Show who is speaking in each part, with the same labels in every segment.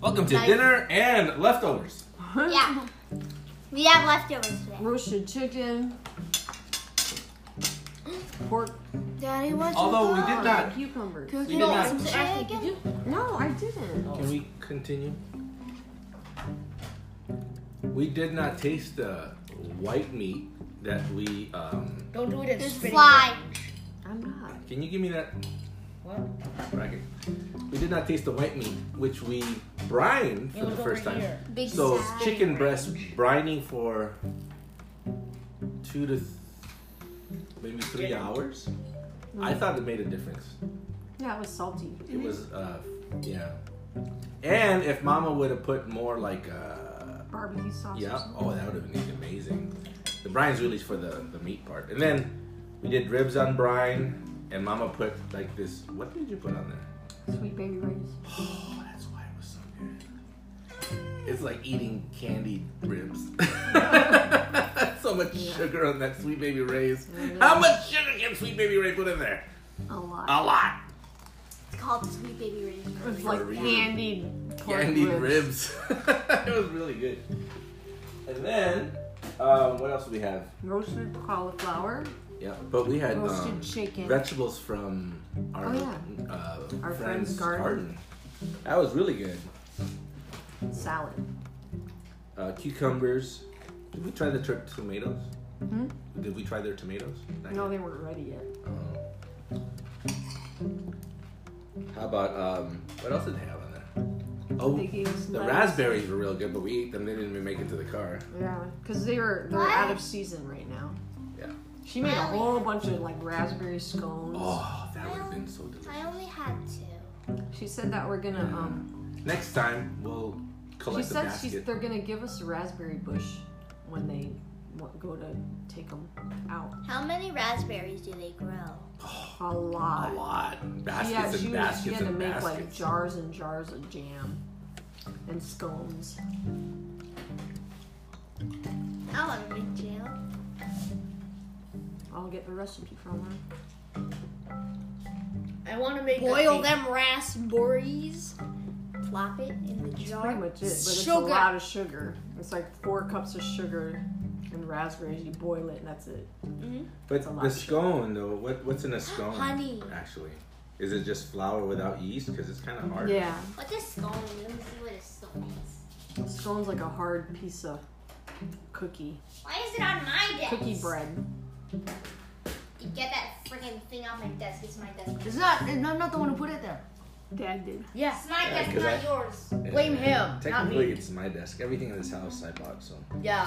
Speaker 1: Welcome to
Speaker 2: Nice.
Speaker 1: dinner and leftovers.
Speaker 2: Yeah. We have leftovers today.
Speaker 3: Roasted chicken. Pork
Speaker 4: Daddy wants
Speaker 1: Although we did not,
Speaker 3: cucumbers.
Speaker 4: Cook
Speaker 1: we did
Speaker 4: it up.
Speaker 1: not.
Speaker 4: Some
Speaker 3: Did
Speaker 4: chicken.
Speaker 3: you? No, I didn't.
Speaker 1: Can we continue? We did not taste the white meat that we. Um,
Speaker 5: Don't do it in
Speaker 2: There's
Speaker 5: spitting.
Speaker 2: fly.
Speaker 3: I'm not.
Speaker 1: can you give me that
Speaker 5: What?
Speaker 1: bracket? We did not taste the white meat, which we brined
Speaker 5: It
Speaker 1: for
Speaker 5: was
Speaker 1: the
Speaker 5: over
Speaker 1: first time.
Speaker 5: here.
Speaker 2: Big
Speaker 1: So
Speaker 2: sad.
Speaker 1: chicken breast brining for two to th- maybe three
Speaker 5: Yeah.
Speaker 1: hours.
Speaker 5: Mm.
Speaker 1: I thought it made a difference.
Speaker 3: Yeah, it was salty.
Speaker 1: It was, uh, yeah. And if Mama would have put more like, uh,
Speaker 3: Barbecue sauce. or
Speaker 1: yeah,
Speaker 3: something.
Speaker 1: oh, that would have been amazing. The brine's really for the the meat part, and then we did ribs on brine, and Mama put like this. What did you put on there?
Speaker 3: Sweet baby rays.
Speaker 1: Oh, that's why it was so good. It's like eating candied ribs. so much sugar on that sweet baby Ray's. How much sugar can sweet baby Ray put in there?
Speaker 3: A lot.
Speaker 1: A lot.
Speaker 2: It's called Sweet Baby Raisin.
Speaker 3: It was like
Speaker 1: Burrito.
Speaker 3: candied pork
Speaker 1: candied
Speaker 3: ribs.
Speaker 1: ribs. it was really good. And then, um, what else do we have?
Speaker 3: Roasted cauliflower.
Speaker 1: Yeah, but we had
Speaker 3: Roasted
Speaker 1: um,
Speaker 3: chicken.
Speaker 1: vegetables from our
Speaker 3: Oh,
Speaker 1: uh,
Speaker 3: yeah. Our friend's
Speaker 1: friend's
Speaker 3: garden.
Speaker 1: garden. That was really good.
Speaker 3: Salad.
Speaker 1: uh, cucumbers. Did we try the tur- tomatoes?
Speaker 3: Hmm?
Speaker 1: Did we try their tomatoes? Not
Speaker 3: No,
Speaker 1: yet.
Speaker 3: they weren't ready yet.
Speaker 1: Oh. How about um? What else did they have on there? Oh,
Speaker 3: They gave us
Speaker 1: the
Speaker 3: lettuce.
Speaker 1: raspberries were real good, but we ate them. They didn't even make it to the car.
Speaker 3: Yeah, because they were they're
Speaker 2: What?
Speaker 3: out of season right now.
Speaker 1: Yeah.
Speaker 3: She made a whole bunch of like raspberry scones.
Speaker 1: Oh, that would have been so delicious.
Speaker 2: I only had two.
Speaker 3: She said that we're gonna um.
Speaker 1: Next time we'll
Speaker 3: She
Speaker 1: collect the
Speaker 3: said
Speaker 1: basket.
Speaker 3: she's they're gonna give us a raspberry bush when they wa- go to take them out.
Speaker 2: How many raspberries do they grow?
Speaker 3: A lot.
Speaker 1: a lot. Baskets
Speaker 3: Yeah,
Speaker 1: and
Speaker 3: she, was, she
Speaker 1: baskets
Speaker 3: had to
Speaker 1: and
Speaker 3: make
Speaker 1: baskets.
Speaker 3: like jars and jars of jam and scones.
Speaker 2: I want to make jam.
Speaker 3: I'll get the recipe from her.
Speaker 5: I want to make
Speaker 2: Boil
Speaker 5: a
Speaker 2: them raspberries. Plop it in the
Speaker 3: Pretty
Speaker 2: jar.
Speaker 3: much it, but it's a
Speaker 2: Sugar.
Speaker 3: lot of sugar. It's like four cups of sugar and raspberries. You boil it and that's it. a
Speaker 1: But
Speaker 3: lot
Speaker 1: the
Speaker 3: of sugar.
Speaker 1: scone though, what what's in a scone?
Speaker 2: Honey.
Speaker 1: Actually, is it just flour without yeast? Because it's kind of hard.
Speaker 3: Yeah,
Speaker 2: What does scone? Let me see what a scone is.
Speaker 3: a scone's like a hard piece of cookie,
Speaker 2: Why is it on my desk?
Speaker 3: cookie bread.
Speaker 2: You get that freaking thing off my desk. It's my desk.
Speaker 5: It's not. I'm not the one who put it there.
Speaker 3: Dad did.
Speaker 5: Yeah.
Speaker 2: It's my
Speaker 1: Yeah,
Speaker 2: desk,
Speaker 1: 'cause
Speaker 2: not
Speaker 1: I-
Speaker 2: yours.
Speaker 1: Yeah.
Speaker 5: Blame him, not
Speaker 1: Technically,
Speaker 5: me.
Speaker 1: it's my desk. Everything in this house I bought. So
Speaker 5: Yeah.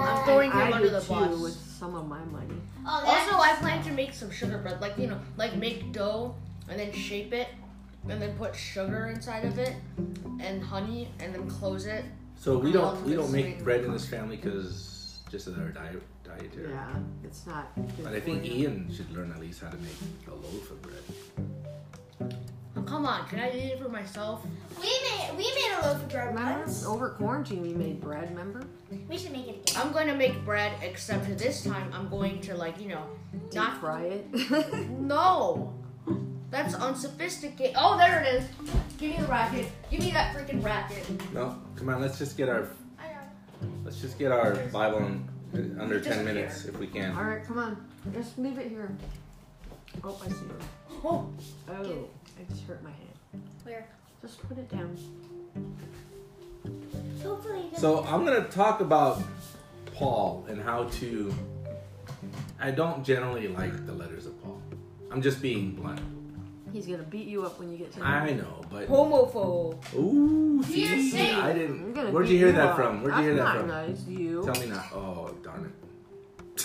Speaker 5: I'm throwing him
Speaker 3: I
Speaker 5: under
Speaker 3: did
Speaker 5: the
Speaker 3: too
Speaker 5: bus.
Speaker 3: with some of my money.
Speaker 2: Oh, that's
Speaker 5: Also, I plan to make some sugar bread, like you know, like make dough and then shape it, and then put sugar inside of it, and honey, and then close it.
Speaker 1: so we
Speaker 5: I
Speaker 1: don't
Speaker 5: love
Speaker 1: we
Speaker 5: this
Speaker 1: don't make
Speaker 5: thing.
Speaker 1: bread in this family because just of our diet dietary.
Speaker 3: Yeah, it's not. good
Speaker 1: But I
Speaker 3: for
Speaker 1: think
Speaker 3: you.
Speaker 1: Ian should learn at least how to make a loaf of bread.
Speaker 5: Oh, come on, can I eat it for myself?
Speaker 2: we made we made a loaf of bread
Speaker 3: Remember
Speaker 2: once.
Speaker 3: over quarantine we made bread. Remember?
Speaker 2: We should make it again.
Speaker 5: I'm going to make bread, except for this time I'm going to like you know,
Speaker 3: Deep
Speaker 5: not
Speaker 3: fry it.
Speaker 5: no. That's unsophisticated. Oh, there it is. Give me the racket. Give me that freaking racket.
Speaker 1: No, come on. Let's just get our
Speaker 2: I know.
Speaker 1: let's just get our Bible in uh, under ten minutes if we
Speaker 3: All
Speaker 1: can.
Speaker 3: right, come on. Just leave it here. Oh, I see. it.
Speaker 5: Oh,
Speaker 3: Oh, I just hurt my hand.
Speaker 2: Where?
Speaker 3: Just put it down.
Speaker 2: Hopefully. it
Speaker 1: So I'm gonna talk about Paul and how to. I don't generally like the letters of Paul. I'm just being blunt.
Speaker 3: He's gonna beat you up when you get to. him.
Speaker 1: I know, but
Speaker 5: homophobe.
Speaker 1: ooh,
Speaker 2: You're
Speaker 1: see,
Speaker 2: safe.
Speaker 1: I
Speaker 3: I'm
Speaker 1: didn't.
Speaker 3: gonna
Speaker 1: Where'd
Speaker 3: beat
Speaker 1: you hear that
Speaker 3: up.
Speaker 1: from? Where'd you hear that
Speaker 3: That's
Speaker 1: from?
Speaker 3: not nice, you.
Speaker 1: Tell me not. Oh, darn
Speaker 2: doesn't-
Speaker 1: it.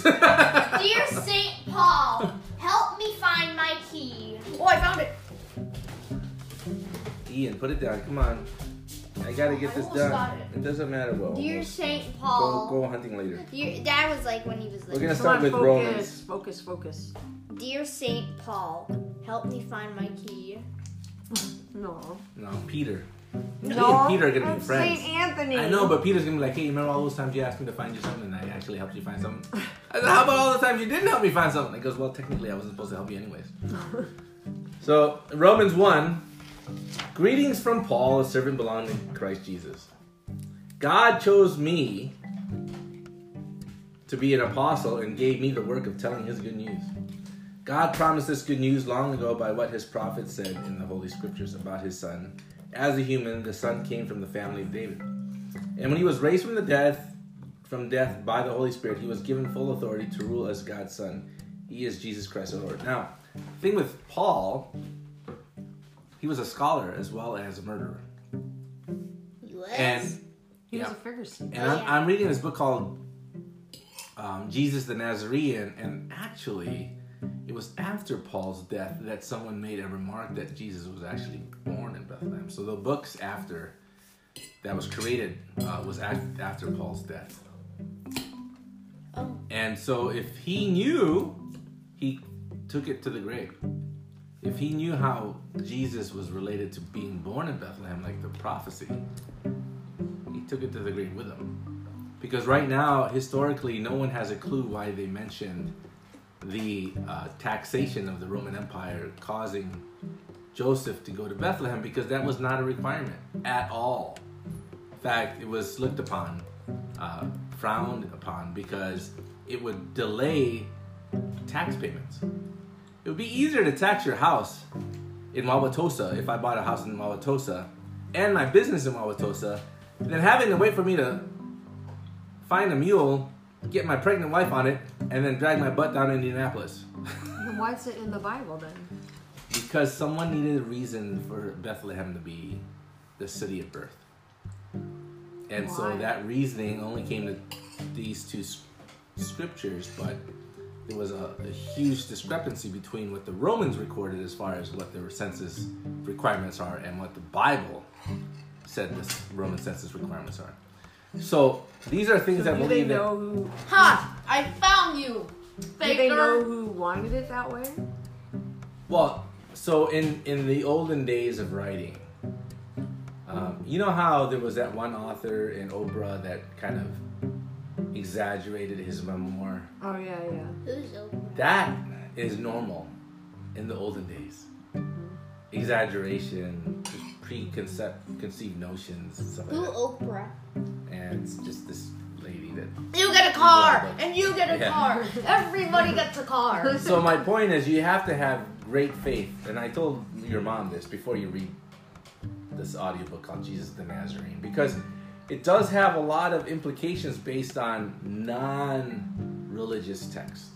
Speaker 2: Dear Saint Paul, help me find my key.
Speaker 5: Oh, I found it.
Speaker 1: Ian, put it down. Come on. I gotta get
Speaker 5: I
Speaker 1: this
Speaker 5: almost got
Speaker 1: done.
Speaker 5: it.
Speaker 1: It. doesn't matter. Well,
Speaker 2: Dear Saint
Speaker 1: go,
Speaker 2: Paul.
Speaker 1: go hunting later.
Speaker 2: Your dad was like when he was
Speaker 1: We're
Speaker 2: like,
Speaker 1: gonna
Speaker 3: Come
Speaker 1: start
Speaker 3: on,
Speaker 1: with
Speaker 3: focus,
Speaker 1: Romans.
Speaker 3: Focus, focus.
Speaker 2: Dear Saint Paul, help me find my key.
Speaker 3: No.
Speaker 1: No, Peter. Me
Speaker 3: No,
Speaker 1: and Peter are gonna be
Speaker 3: I'm
Speaker 1: friends.
Speaker 3: Saint Anthony.
Speaker 1: I know, but Peter's gonna be like, hey, remember all those times you asked me to find you something and I actually helped you find something? I said, how about all the times you didn't help me find something? He goes, well, technically I wasn't supposed to help you anyways. so, Romans 1, Greetings from Paul, a servant belonging to Christ Jesus. God chose me to be an apostle and gave me the work of telling his good news. God promised this good news long ago by what his prophets said in the Holy Scriptures about his son. As a human, the son came from the family of David. And when he was raised from the death, from death by the Holy Spirit, he was given full authority to rule as God's son. He is Jesus Christ the Lord. Now, the thing with Paul, he was a scholar as well as a murderer.
Speaker 2: He was.
Speaker 1: And
Speaker 3: He was
Speaker 1: Yeah.
Speaker 3: a Pharisee.
Speaker 1: and I'm, I'm reading this book called um, Jesus the Nazarene, and actually, it was after Paul's death that someone made a remark that Jesus was actually born in Bethlehem. So the books after that was created uh, was af- after Paul's death.
Speaker 2: Oh.
Speaker 1: And so if he knew, he took it to the grave. If he knew how Jesus was related to being born in Bethlehem, like the prophecy, he took it to the grave with him. Because right now, historically, no one has a clue why they mentioned the uh, taxation of the Roman Empire causing Joseph to go to Bethlehem because that was not a requirement at all. In fact, it was looked upon, uh, frowned upon, because it would delay tax payments. It would be easier to tax your house in Wauwatosa if I bought a house in Wauwatosa and my business in Wauwatosa than having to wait for me to find a mule, get my pregnant wife on it, and then drag my butt down to Indianapolis.
Speaker 3: Then Why is it in the Bible then?
Speaker 1: Because someone needed a reason for Bethlehem to be the city of birth. And
Speaker 3: Why?
Speaker 1: so that reasoning only came to these two s- scriptures, but there was a, a huge discrepancy between what the Romans recorded as far as what their census requirements are and what the Bible said this Roman census requirements are. So these are things that
Speaker 3: Do they
Speaker 1: believe that
Speaker 3: know who?
Speaker 5: Ha! I found you,
Speaker 3: Do they know
Speaker 5: faker.
Speaker 3: who wanted it that way?
Speaker 1: Well, so in in the olden days of writing, um, you know how there was that one author in Oprah that kind of exaggerated his memoir.
Speaker 3: Oh yeah, yeah.
Speaker 2: Who's over?
Speaker 1: That is normal in the olden days. Exaggeration, preconceived conceived notions, and stuff
Speaker 2: Who
Speaker 1: like
Speaker 2: Oprah?
Speaker 1: that. And it's just this lady that
Speaker 5: You get a car,
Speaker 1: Yeah, but-
Speaker 5: and you get a
Speaker 1: Yeah.
Speaker 5: car. Everybody gets a car.
Speaker 1: So my point is, you have to have great faith. And I told your mom this before you read this audiobook called Jesus the Nazarene because it does have a lot of implications based on non-religious texts.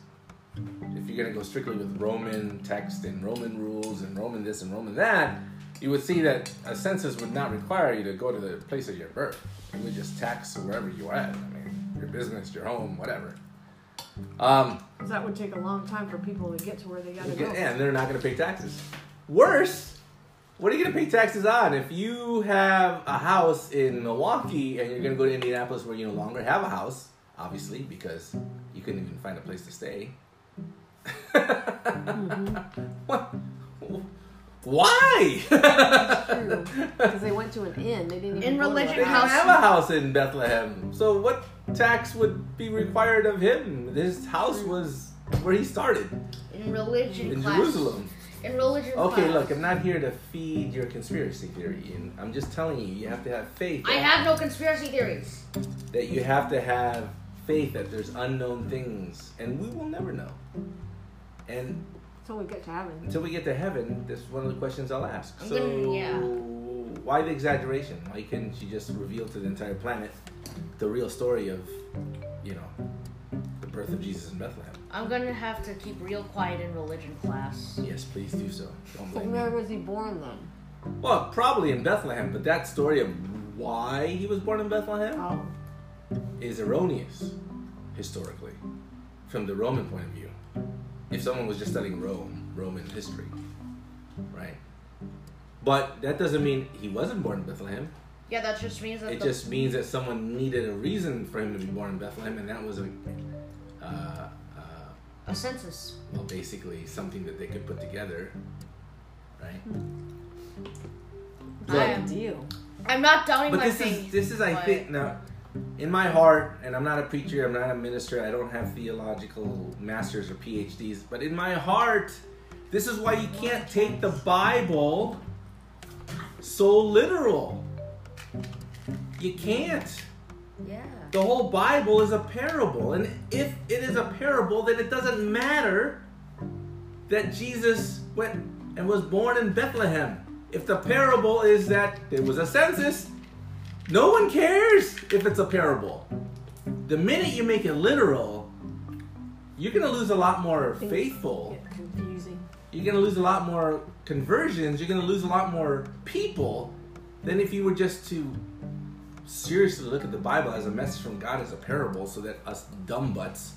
Speaker 1: If you're going to go strictly with Roman text and Roman rules and Roman this and Roman that, you would see that a census would not require you to go to the place of your birth. You would just tax wherever you are at. I mean, your business, your home, whatever. Um,
Speaker 3: 'Cause that would take a long time for people to get to where they gotta
Speaker 1: Okay,
Speaker 3: go.
Speaker 1: and they're not going to pay taxes. Worse, what are you going to pay taxes on if you have a house in Milwaukee and you're going to go to Indianapolis where you no longer have a house, obviously, because you couldn't even find a place to stay? Mm-hmm. What? Why?
Speaker 3: True. Because they went to an inn. They didn't even
Speaker 5: In
Speaker 3: go to
Speaker 5: religion,
Speaker 1: They
Speaker 3: a-
Speaker 1: don't have a house in Bethlehem. So what tax would be required of him? His house was where he started
Speaker 5: In religion
Speaker 1: in
Speaker 5: class.
Speaker 1: Jerusalem.
Speaker 5: In religion class.
Speaker 1: Okay, look, I'm not here to feed your conspiracy theory, Ian. I'm just telling you, you have to have faith.
Speaker 5: I have no conspiracy theories.
Speaker 1: that you have to have faith that there's unknown things, and we will never know. And
Speaker 3: Until we get to heaven.
Speaker 1: until we get to heaven, this is one of the questions I'll ask.
Speaker 5: I'm
Speaker 1: So,
Speaker 5: gonna- yeah.
Speaker 1: why the exaggeration? Why couldn't she just reveal to the entire planet the real story of, you know, the birth of Jesus in Bethlehem?
Speaker 5: I'm gonna have to keep real quiet in religion class.
Speaker 1: Yes, please do so. Don't
Speaker 3: So
Speaker 1: blame me.
Speaker 3: where was he born then?
Speaker 1: Well, probably in Bethlehem, but that story of why he was born in Bethlehem.
Speaker 3: Oh,
Speaker 1: is erroneous historically from the Roman point of view. If someone was just studying Rome, Roman history, right? But that doesn't mean he wasn't born in Bethlehem.
Speaker 5: Yeah, that just means that
Speaker 1: It
Speaker 5: the
Speaker 1: just means that someone needed a reason for him to be born in Bethlehem, and that was a, uh, uh,
Speaker 5: a census.
Speaker 1: well, basically something that they could put together, right?
Speaker 3: it's a
Speaker 5: I-
Speaker 3: big deal.
Speaker 5: I'm not doubting
Speaker 1: But
Speaker 5: my
Speaker 1: this
Speaker 5: faith.
Speaker 1: is this is I
Speaker 5: but-
Speaker 1: think now in my heart, and I'm not a preacher, I'm not a minister, I don't have theological masters or PhDs, but in my heart, this is why you can't take the Bible, so literal. You can't.
Speaker 5: Yeah.
Speaker 1: The whole Bible is a parable. And if it is a parable, then it doesn't matter that Jesus went and was born in Bethlehem. If the parable is that there was a census, no one cares if it's a parable. The minute you make it literal, you're going to lose a lot more
Speaker 3: Things
Speaker 1: faithful.
Speaker 3: Get confusing.
Speaker 1: You're going to lose a lot more conversions. You're going to lose a lot more people than if you were just to seriously look at the Bible as a message from God as a parable so that us dumb butts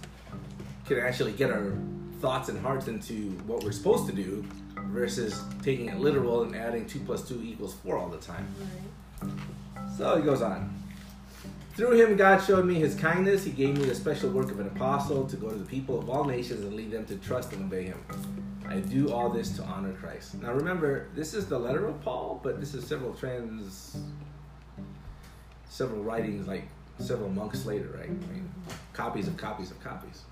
Speaker 1: can actually get our thoughts and hearts into what we're supposed to do versus taking it literal and adding 2 plus 2 equals 4 all the time. So he goes on. Through him, God showed me his kindness. He gave me the special work of an apostle to go to the people of all nations and lead them to trust and obey him. I do all this to honor Christ. Now remember, this is the letter of Paul, but this is several trans several writings like several months later, right? I mean, copies of copies of copies.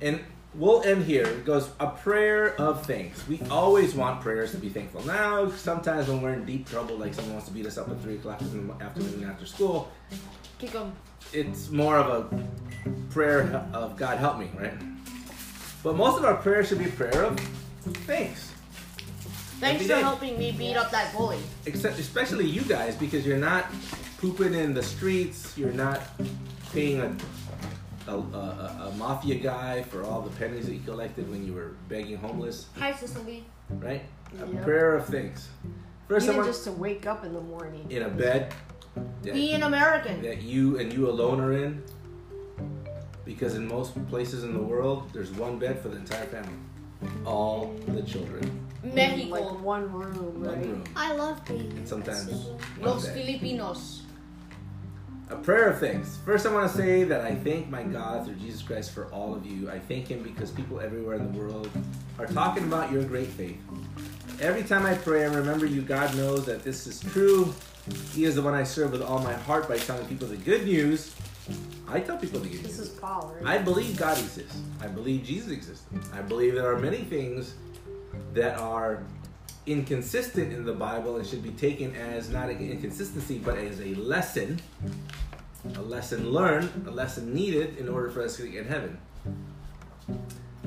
Speaker 1: And we'll end here. It goes a prayer of thanks. We always want prayers to be thankful. Now, sometimes when we're in deep trouble, like someone wants to beat us up at three o'clock in the afternoon after school,
Speaker 5: Kick them.
Speaker 1: it's more of a prayer of God help me, right? But most of our prayers should be prayer of thanks.
Speaker 5: Thanks
Speaker 1: Every
Speaker 5: for
Speaker 1: day.
Speaker 5: helping me beat up that bully.
Speaker 1: except especially you guys because you're not pooping in the streets you're not paying a a, a, a- a mafia guy for all the pennies that you collected when you were begging homeless
Speaker 5: Hi, Sister Lee.
Speaker 1: right a
Speaker 3: Yep.
Speaker 1: prayer of things first
Speaker 3: Even
Speaker 1: someone
Speaker 3: just to wake up in the morning.
Speaker 1: in a bed that,
Speaker 5: Be an American.
Speaker 1: that you and you alone are in because in most places in the world there's one bed for the entire family all the children
Speaker 5: Mexico.
Speaker 3: Like one
Speaker 1: one
Speaker 3: room, right?
Speaker 1: room
Speaker 2: I love being
Speaker 1: Sometimes. one
Speaker 5: Los
Speaker 1: bed.
Speaker 5: Filipinos.
Speaker 1: A prayer of thanks. First, I want to say that I thank my God through Jesus Christ for all of you. I thank Him because people everywhere in the world are talking about your great faith. Every time I pray and remember you, God knows that this is true. He is the one I serve with all my heart by telling people the good news. I tell people the good
Speaker 3: This
Speaker 1: news.
Speaker 3: is Paul, right?
Speaker 1: I believe God exists. I believe Jesus exists. I believe there are many things that are inconsistent in the Bible and should be taken as not an inconsistency, but as a lesson, a lesson learned, a lesson needed in order for us to get heaven.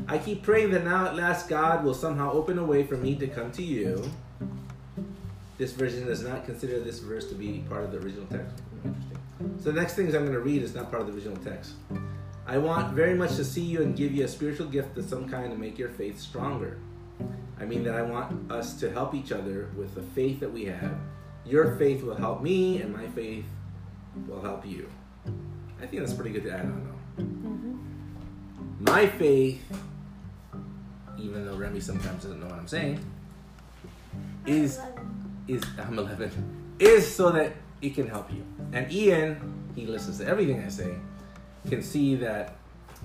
Speaker 1: I keep praying that now at last God will somehow open a way for me to come to you. This version does not consider this verse to be part of the original text. Interesting. So the next things I'm going to read is not part of the original text. I want very much to see you and give you a spiritual gift of some kind to make your faith stronger. I mean that I want us to help each other with the faith that we have. Your faith will help me, and my faith will help you. I think that's pretty good to add on, though. My faith, even though Remy sometimes doesn't know what I'm saying, is is I'm 11 is so that it can help you. And Ian, he listens to everything I say, can see that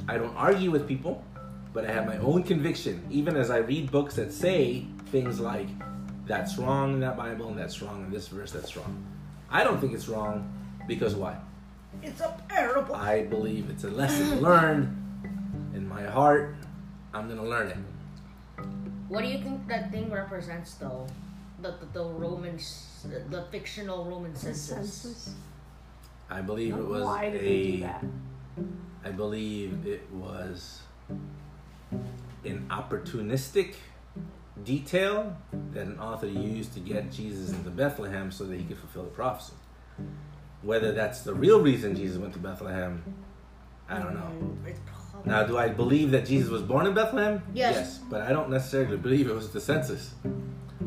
Speaker 1: I don't argue with people, but I have my own conviction. Even as I read books that say things like that's wrong in that Bible and that's wrong in this verse, that's wrong. I don't think it's wrong because why?
Speaker 5: It's a parable.
Speaker 1: I believe it's a lesson learned in my heart. I'm gonna learn it.
Speaker 5: What do you think that thing represents, though? The the, the Roman, c- the fictional Roman census.
Speaker 3: Census.
Speaker 1: I believe it was
Speaker 3: Why did
Speaker 1: a
Speaker 3: they do that?
Speaker 1: I believe it was an opportunistic detail that an author used to get Jesus into Bethlehem so that he could fulfill the prophecy. Whether that's the real reason Jesus went to Bethlehem, I don't know.
Speaker 5: Mm, It's probably.
Speaker 1: Now, do I believe that Jesus was born in Bethlehem?
Speaker 5: Yes.
Speaker 1: but I don't necessarily believe it was the census.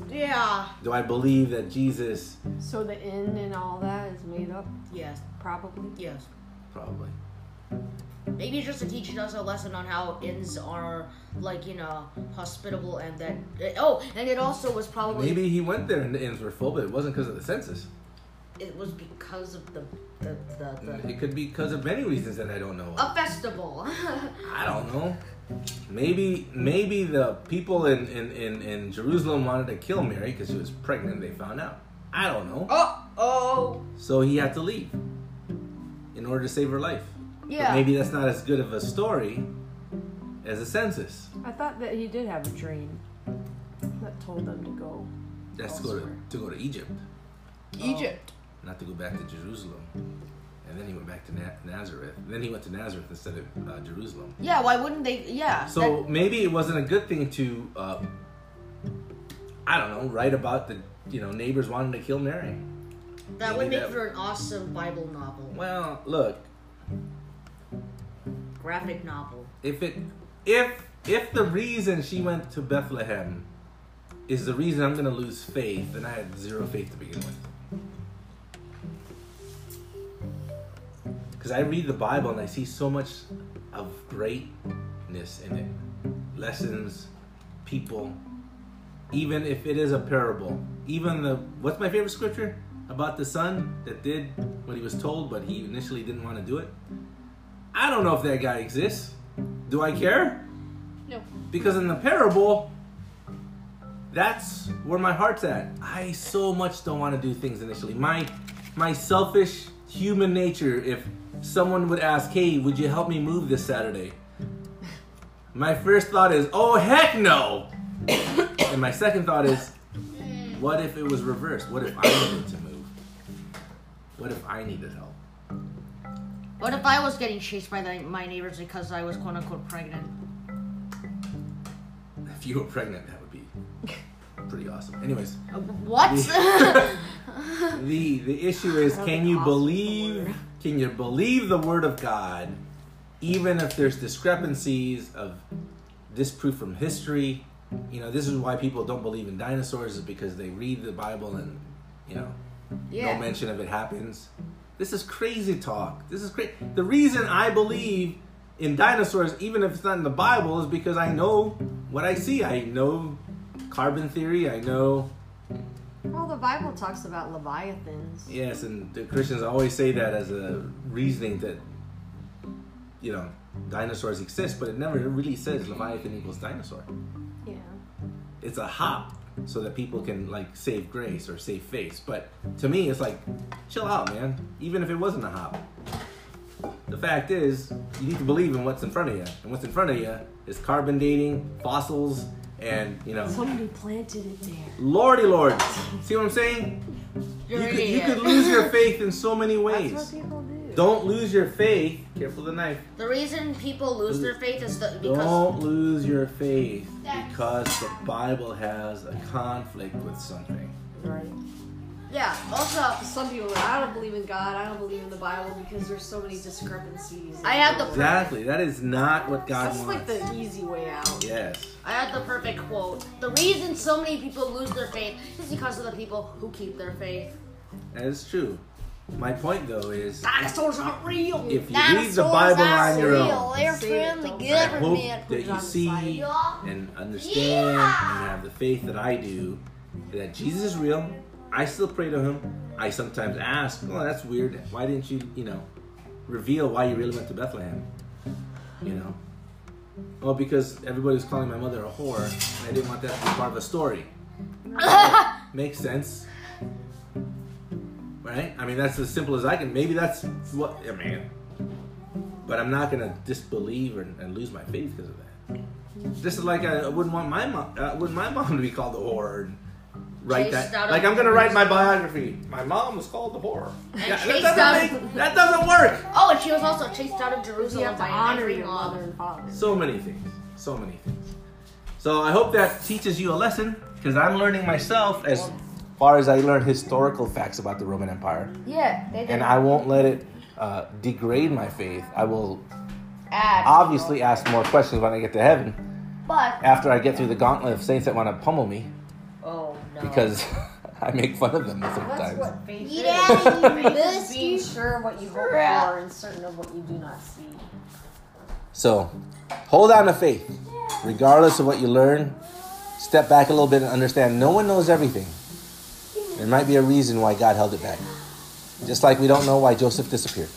Speaker 5: Yeah.
Speaker 1: Do I believe that Jesus?
Speaker 3: So the inn and all that is made up,
Speaker 5: Yes.
Speaker 3: probably.
Speaker 5: Yes.
Speaker 1: Probably.
Speaker 5: Maybe just to teach us a lesson on how inns are like you know hospitable and that. oh, and it also was probably
Speaker 1: Maybe he went there and the inns were full, but it wasn't because of the census.
Speaker 5: it was because of the the the. the
Speaker 1: It could be because of many reasons that I don't know. of.
Speaker 5: a festival.
Speaker 1: I don't know. Maybe maybe the people in, in, in, in Jerusalem wanted to kill Mary because she was pregnant. They found out. I don't know.
Speaker 5: uh oh.
Speaker 1: So he had to leave in order to save her life.
Speaker 5: Yeah.
Speaker 1: But maybe that's not as good of a story as a census.
Speaker 3: I thought that he did have a dream that told them to go.
Speaker 1: That's to go to, to go to Egypt,
Speaker 5: Egypt.
Speaker 1: not to go back to Jerusalem. And then he went back to Na- Nazareth. then he went to Nazareth instead of uh, Jerusalem.
Speaker 5: Yeah, why wouldn't they? Yeah.
Speaker 1: So maybe it wasn't a good thing to, uh, I don't know, write about the you know neighbors wanting to kill Mary.
Speaker 5: that, that would
Speaker 1: maybe
Speaker 5: make
Speaker 1: that-
Speaker 5: for an awesome Bible novel,
Speaker 1: Well, look,
Speaker 5: graphic novel.
Speaker 1: if it if if the reason she went to Bethlehem is the reason I'm gonna lose faith, then I had zero faith to begin with. Because I read the Bible and I see so much of greatness in it, lessons, people. Even if it is a parable, even the what's my favorite scripture about the son that did what he was told, but he initially didn't want to do it. I don't know if that guy exists. Do I care?
Speaker 3: Nope.
Speaker 1: Because in the parable, that's where my heart's at. I so much don't want to do things initially. My my selfish human nature, if someone would ask, hey, would you help me move this Saturday? My first thought is, oh heck no! and my second thought is, what if it was reversed? What if I needed to move? What if I needed help?
Speaker 5: What if I was getting chased by the, my neighbors because I was quote unquote pregnant?
Speaker 1: If you were pregnant, that would be pretty awesome. Anyways,
Speaker 5: Uh, What?
Speaker 1: the the issue is,
Speaker 3: That
Speaker 1: can
Speaker 3: would
Speaker 1: you
Speaker 3: be awesome
Speaker 1: believe?
Speaker 3: word.
Speaker 1: Can you believe the word of God, even if there's discrepancies of disproof from history? You know, this is why people don't believe in dinosaurs is because they read the Bible and you know no
Speaker 5: yeah.
Speaker 1: mention of it happens. This is crazy talk. This is crazy. The reason I believe in dinosaurs, even if it's not in the Bible, is because I know what I see. I know carbon theory. I know
Speaker 3: Well, the Bible talks about leviathans.
Speaker 1: yes, and the Christians always say that as a reasoning that you know dinosaurs exist, but it never really says Leviathan equals dinosaur.
Speaker 3: Yeah.
Speaker 1: It's a hop so that people can like save grace or save face. But to me, it's like, chill out, man. Even if it wasn't a hop, the fact is, you need to believe in what's in front of you, and what's in front of you is carbon dating, fossils, and you know,
Speaker 3: Somebody planted it there.
Speaker 1: lordy lord. See what I'm saying? You
Speaker 5: You're an
Speaker 1: could, you
Speaker 5: idiot.
Speaker 1: could lose your faith in so many
Speaker 3: That's
Speaker 1: ways.
Speaker 3: what people do.
Speaker 1: Don't lose your faith. Careful the knife.
Speaker 5: the reason people lose their faith is the, because
Speaker 1: Don't lose your faith
Speaker 2: That's-
Speaker 1: because the Bible has a conflict with something.
Speaker 3: Right.
Speaker 5: yeah. Also,
Speaker 3: Some people, are, I don't believe in God. I don't believe in the Bible because there's so many discrepancies.
Speaker 5: I have the
Speaker 1: Exactly. That is not what God
Speaker 3: That's like
Speaker 1: wants.
Speaker 3: the easy way out.
Speaker 1: yes.
Speaker 5: I had the perfect quote. The reason so many people lose their faith is because of the people who keep their faith.
Speaker 1: That is true. My point though is
Speaker 5: Dinosaurs aren't real.
Speaker 1: if you read the Bible on your own,
Speaker 2: They're
Speaker 3: Say it,
Speaker 2: from the
Speaker 3: don't
Speaker 1: I hope
Speaker 3: say
Speaker 2: government.
Speaker 1: that you
Speaker 3: John
Speaker 1: see
Speaker 2: Y'all.
Speaker 1: and understand
Speaker 2: Yeah.
Speaker 1: and have the faith that I do that Jesus is real. I still pray to him. I sometimes ask, "Well, that's weird. Why didn't you, you know, reveal why you really went to Bethlehem?" You know. Well, because everybody was calling my mother a whore, and I didn't want that to be part of a story. Makes sense. Right? I mean, that's as simple as I can. Maybe that's what I mean. But I'm not gonna disbelieve and, and lose my faith because of that. This is like I, I wouldn't want my mom. I wouldn't my mom to be called a whore. And write
Speaker 5: Chased out
Speaker 1: that.
Speaker 5: of
Speaker 1: Like I'm gonna write my biography. My mom was called a whore. That,
Speaker 5: chased
Speaker 1: that
Speaker 5: out
Speaker 1: doesn't
Speaker 5: of-
Speaker 1: make, that doesn't work.
Speaker 5: Oh, and she was also chased out of
Speaker 3: You
Speaker 5: Jerusalem
Speaker 3: have to
Speaker 5: by an
Speaker 3: honor
Speaker 5: angry
Speaker 3: your
Speaker 5: mob.
Speaker 3: mother and father.
Speaker 1: So many things. So many things. So I hope that teaches you a lesson because I'm learning myself as far as I learn historical facts about the Roman Empire.
Speaker 5: Yeah, they
Speaker 1: and I won't let it uh, degrade my faith. I will
Speaker 5: add.
Speaker 1: obviously ask more questions when I get to heaven
Speaker 5: But
Speaker 1: after I get through the gauntlet of saints that want to pummel me
Speaker 5: oh no.
Speaker 1: because I make fun of them
Speaker 3: That's
Speaker 1: sometimes.
Speaker 3: what faith
Speaker 2: Get
Speaker 3: is.
Speaker 2: out of here,
Speaker 3: Faith is being
Speaker 2: musty.
Speaker 3: sure what you hope
Speaker 2: Crap.
Speaker 3: for and certain of what you do not see.
Speaker 1: So hold on to faith, regardless of what you learn. Step back a little bit and understand no one knows everything. There might be a reason why God held it back. Just like we don't know why Joseph disappeared.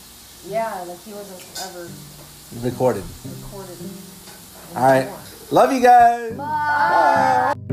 Speaker 3: Yeah, like he wasn't ever
Speaker 1: Recorded.
Speaker 3: recorded.
Speaker 1: All right. Love you guys.